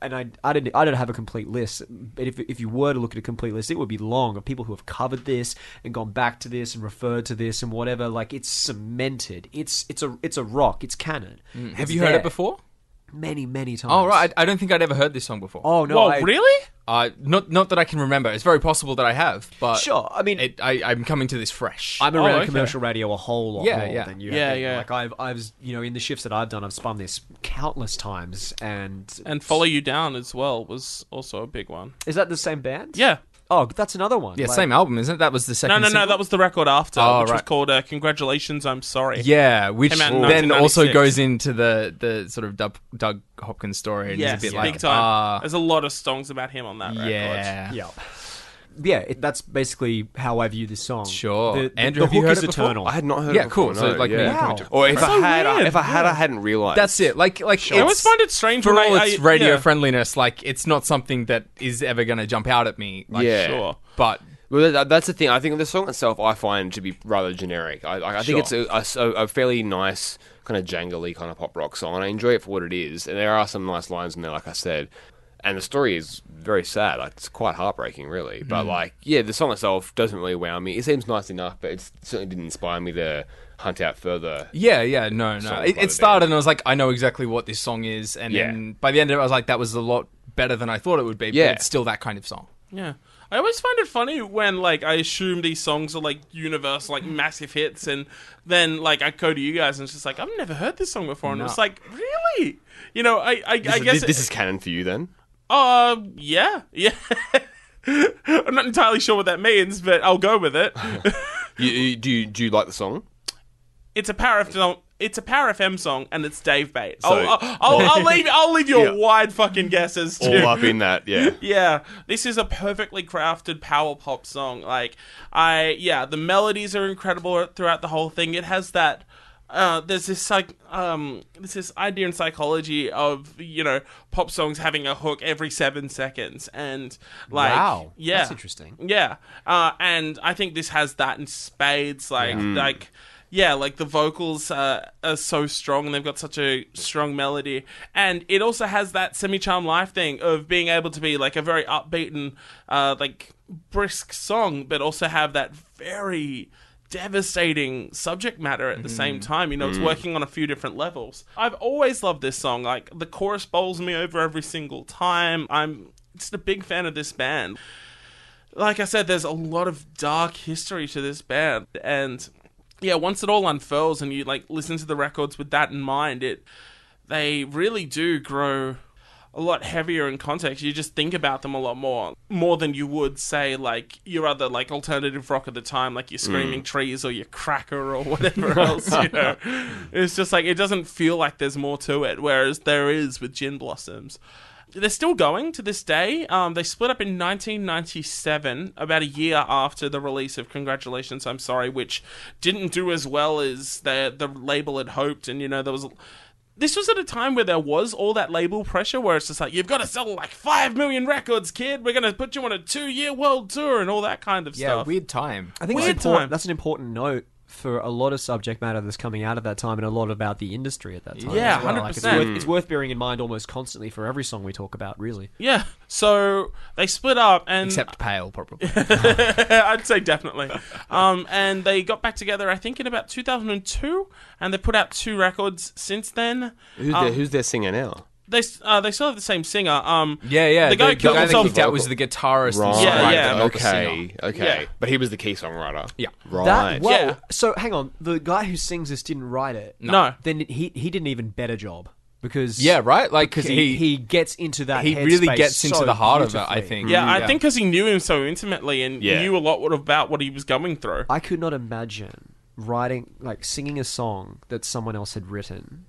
and I, I didn't I don't have a complete list, but if, if you were to look at a complete list, it would be long of people who have covered this and gone back to this and referred to this and whatever. Like it's cemented. It's it's a it's a rock. It's canon. Mm. Have It's you heard there it before? many many times. Oh right, I, I don't think I'd ever heard this song before. Oh no. Whoa, I- really? Uh, not not that I can remember. It's very possible that I have, but Sure, I mean- it, I, I'm coming to this fresh. Oh, I'm around Oh, okay. commercial radio a whole lot Yeah, more yeah. than you. Yeah, have been. yeah. Like I've I've you know in the shifts that I've done, I've spun this countless times. And And Follow You Down as well was also a big one. is that the same band? Yeah. Oh, that's another one. yeah, Like, same album, isn't it? That was the second. No, no, no. single? That was the record after, Oh, which was right. called uh, "Congratulations, I'm Sorry." yeah, which Came out in then also 1996. goes into the the sort of Doug, Doug Hopkins story. And yes, is a bit big like, time. ah, There's a lot of songs about him on that record. yeah, Yeah. Yeah, it, that's basically how I view this song. Sure. the, the, Andrew, the have you hook heard is it before? eternal. I had not heard. Yeah, it before, cool. So, no, like, yeah. maybe you can- Or if That's I so had, uh, weird. if I had, I hadn't realized. That's it. Like, like I always it's- find it strange for when all I- its I- radio yeah. friendliness. Like, it's not something that is ever going to jump out at me. Like, Yeah. Sure. but Well, that, that's the thing. I think the song itself I find to be rather generic. I, I, I think Sure. it's a, a, a fairly nice kind of jangly kind of pop rock song, and I enjoy it for what it is. And there are some nice lines in there, like I said. And the story is very sad. Like, it's quite heartbreaking, really. But Mm. like, yeah, the song itself doesn't really wow me. It seems nice enough, but it certainly didn't inspire me to hunt out further. Yeah, yeah, no, no. Song It, by the it started, band. and I was like, I know exactly what this song is, and Yeah. then by the end of it, I was like, that was a lot better than I thought it would be. Yeah. but it's still that kind of song. Yeah. I always find it funny when like I assume these songs are like universal, like massive hits, and then like I go to you guys and it's just like I've never heard this song before, and No. it's like really, you know, I I, This, I is- guess this, it- this is canon for you, then. Uh, yeah, yeah. I'm not entirely sure what that means, but I'll go with it. You, you, do you do you like the song? it's a Power FM song. It's a Power FM song, and it's Dave Bates. So- I'll, I'll, I'll, I'll leave. I'll leave your Yeah. wide fucking guesses to. All up in that, yeah. Yeah, this is a perfectly crafted power pop song. Like, I yeah, the melodies are incredible throughout the whole thing. It has that. Uh, there's this psych, um, there's this idea in psychology of you know pop songs having a hook every seven seconds, and like Wow. yeah, That's interesting. yeah, uh, and I think this has that in spades. Like, like, yeah, like the vocals uh, are so strong, and they've got such a strong melody, and it also has that semi-charm life thing of being able to be like a very upbeat and uh, like brisk song, but also have that very devastating subject matter at the same time. You know, it's working on a few different levels. I've always loved this song. Like the chorus bowls me over every single time. I'm just a big fan of this band like I said, there's a lot of dark history to this band, and yeah, once it all unfurls and you like listen to the records with that in mind, it they really do grow. a lot heavier in context. You just think about them a lot more, more than you would say like your other like alternative rock at the time, like your Screaming Trees or your Cracker or whatever else. You know, it's just like it doesn't feel like there's more to it, whereas there is with Gin Blossoms. They're still going to this day. Um, they split up in 1997, about a year after the release of "Congratulations, I'm Sorry," which didn't do as well as the the label had hoped. And you know, there was this was at a time where there was all that label pressure, where it's just like you've got to sell like five million records, kid. We're gonna put you on a two year world tour and all that kind of Yeah, stuff. weird time. I think it's Weird important- time. that's an important note for a lot of subject matter that's coming out at that time and a lot about the industry at that time. Yeah, as well. Like, it's, 100%. worth, it's worth bearing in mind almost constantly for every song we talk about, really. Yeah, so they split up and Except pale, probably. I'd say definitely. Um, and they got back together, I think, in about 2002, and they put out two records since then. Who's, Um, their, who's their singer now? They s- uh, they still have the same singer. Um, Yeah, yeah. The guy who killed that himself. kicked out was the guitarist. Right. And Yeah, songwriter, yeah. not the singer. Okay. Okay. Yeah. But he was the key songwriter. Yeah. Right. That, well, Yeah. so hang on. The guy who sings this didn't write it. no. Then he he did an even better job because Yeah, right? Like, because he- he, he gets into that he really headspace gets into so the heart of it, I beautifully. think. Yeah, Mm, I think because he knew him so intimately and Yeah. knew a lot what- about what he was going through. I could not imagine writing, like singing a song that someone else had written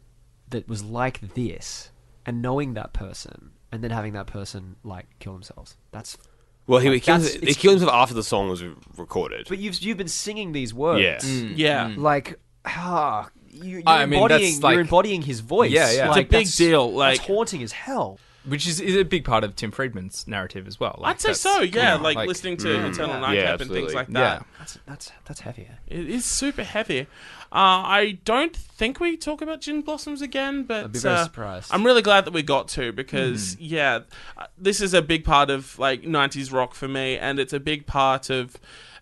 that was like this and knowing that person and then having that person like kill themselves. That's. Well, he, he, killed, That's- he it's- killed himself after the song was recorded. But you've, you've been singing these words. Yeah. Mm. yeah. Mm. Like, ah. You, you're, I mean, that's embodying, like- you're embodying his voice. Yeah, yeah. It's a Like, big that's- deal, like- that's haunting as hell. Which is, is a big part of Tim Friedman's narrative as well. Like, I'd say that's- so, yeah. you know, like, listening to Eternal Yeah, Nightcap and absolutely. things like Yeah. that. That's that's that's heavy. It is super heavy. Uh, I don't think we talk about Gin Blossoms again, but I'd be very uh, surprised. I'm really glad that we got to because yeah, uh, this is a big part of like '90s rock for me, and it's a big part of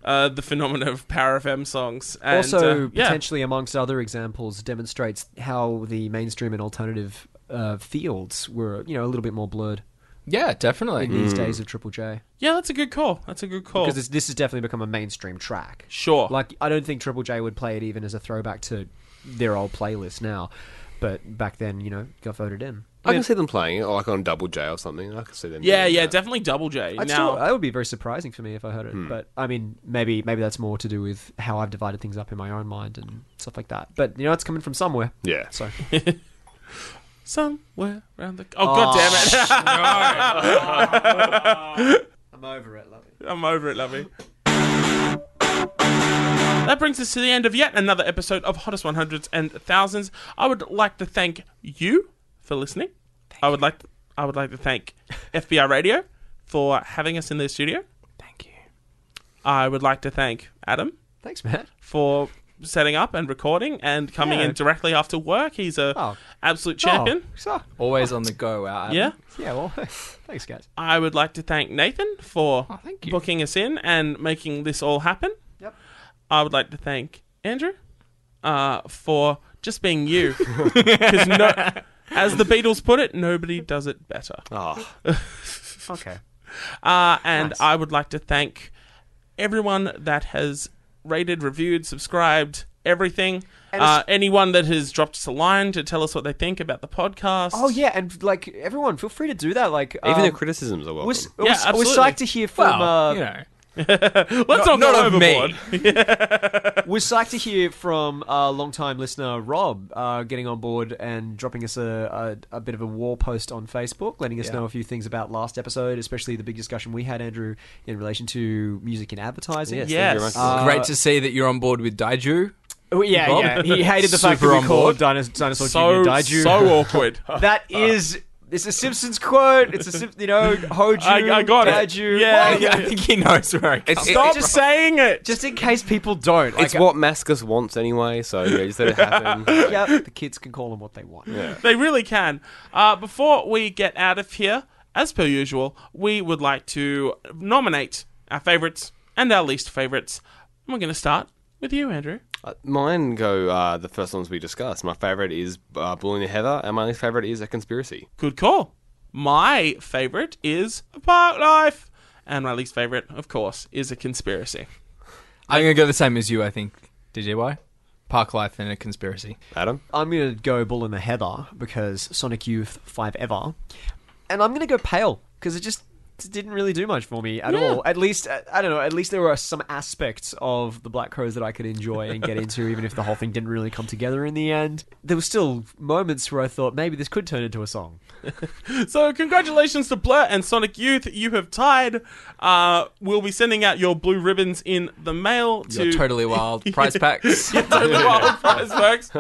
uh, the phenomenon of Power FM songs. And, also, uh, yeah. potentially amongst other examples, demonstrates how the mainstream and alternative uh, fields were, you know, a little bit more blurred Yeah, definitely. in these days of Triple J. yeah, that's a good call. That's a good call. Because it's- this has definitely become a mainstream track. Oh. Sure. Like, I don't think Triple J would play it even as a throwback to their old playlist now. But back then, you know, got voted in. I can see them playing it, or like on Double J or something. I can see them. yeah, doing yeah, that. definitely Double J. I'd now, still, that would be very surprising for me if I heard it. But I mean, maybe maybe that's more to do with how I've divided things up in my own mind and stuff like that. But you know, it's coming from somewhere. Yeah. So somewhere around the oh, god damn it, I'm over it, love it. I'm over it, lovey. That brings us to the end of yet another episode of Hottest 100s and Thousands. I would like to thank you for listening. I would like I would like to thank FBI Radio for having us in their studio. Thank you. I would like to thank Adam Thanks, Matt. for setting up and recording and coming Yeah. in directly after work. He's a Oh. absolute champion. Oh, so, Always on the go, out. Yeah. yeah, well, thanks, guys. I would like to thank Nathan for Oh, thank you. booking us in and making this all happen. Yep. I would like to thank Andrew uh, for just being you. 'Cause no, as the Beatles put it, nobody does it better. Oh, Okay. Uh, and I would like to thank everyone that has rated, reviewed, subscribed, everything. it's- Uh, anyone that has dropped us a line to tell us what they think about the podcast. Oh yeah, and like everyone, feel free to do that. Like even um, the criticisms are welcome. was Yeah, was, was absolutely. psyched to hear from Well, uh, you know. Let's not, not go of me. overboard. was psyched to hear from uh, longtime listener Rob uh, getting on board and dropping us a, a, a bit of a war post on Facebook, letting us know a few things about last episode, especially the big discussion we had, Andrew, in relation to music and advertising. Yes, thank you Yes. very much. Uh, Great to see that you're on board with Daiju. Oh, yeah, Rob? yeah. He hated the fact Super that we on called board. Dinos- Dinosaur So, Jr. Daiju. so awkward. that is. It's a Simpsons quote. It's a Sim- you know Hoju. I- I got it. Daiju. Yeah, Well, yeah. I think he knows where I come It's- Stop just- saying it. Just in case people don't. it's like, uh, what Maskus wants anyway, so yeah, just let it happen. Yep, the kids can call them what they want. They really can. Uh, before we get out of here, as per usual, we would like to nominate our favourites and our least favourites. And we're going to start with you, Andrew. Uh, Mine go uh, the first ones we discussed. My favorite is uh, Bullying the Heather, and my least favorite is A Conspiracy. Good call. My favourite is Park Life. And my least favourite, of course, is a conspiracy. I'm gonna go the same as you. I think. DJY, Park Life and a conspiracy. Adam? I'm going to go Bull in the Heather because Sonic Youth 5 Ever and I'm gonna go pale because it just didn't really do much for me at all. At least uh, I I don't know. At least there were some aspects of the Black Crows that I could enjoy and get into, even if the whole thing didn't really come together in the end. There were still moments where I thought maybe this could turn into a song. So congratulations to Blur and Sonic Youth. You have tied. Uh, we'll be sending out your blue ribbons in the mail to You're totally wild. Prize packs. Totally Wild Prize Works.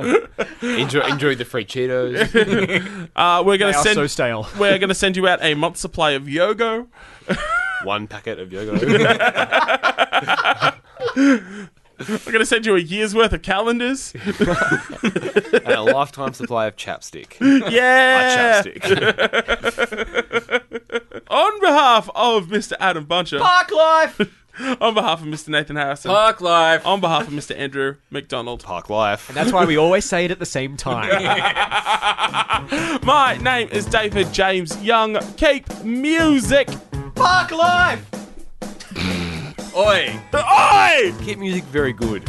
Enjoy, enjoy the free Cheetos. Uh, we're gonna They are send. so stale. we're gonna send you out a month supply of Yogo. One packet of yogurt. We're gonna send you a year's worth of calendars. and a lifetime supply of chapstick. Yeah. A chapstick. On behalf of Mr. Adam Buncher, Park life. on behalf of Mr. Nathan Harrison, Fuck life. on behalf of Mr. Andrew McDonald, Park life. That's why we always say it at the same time. my name is David James Young. Keep music. Park life. Oi. Oi! Keep music very good.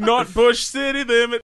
Not Bush City Limit.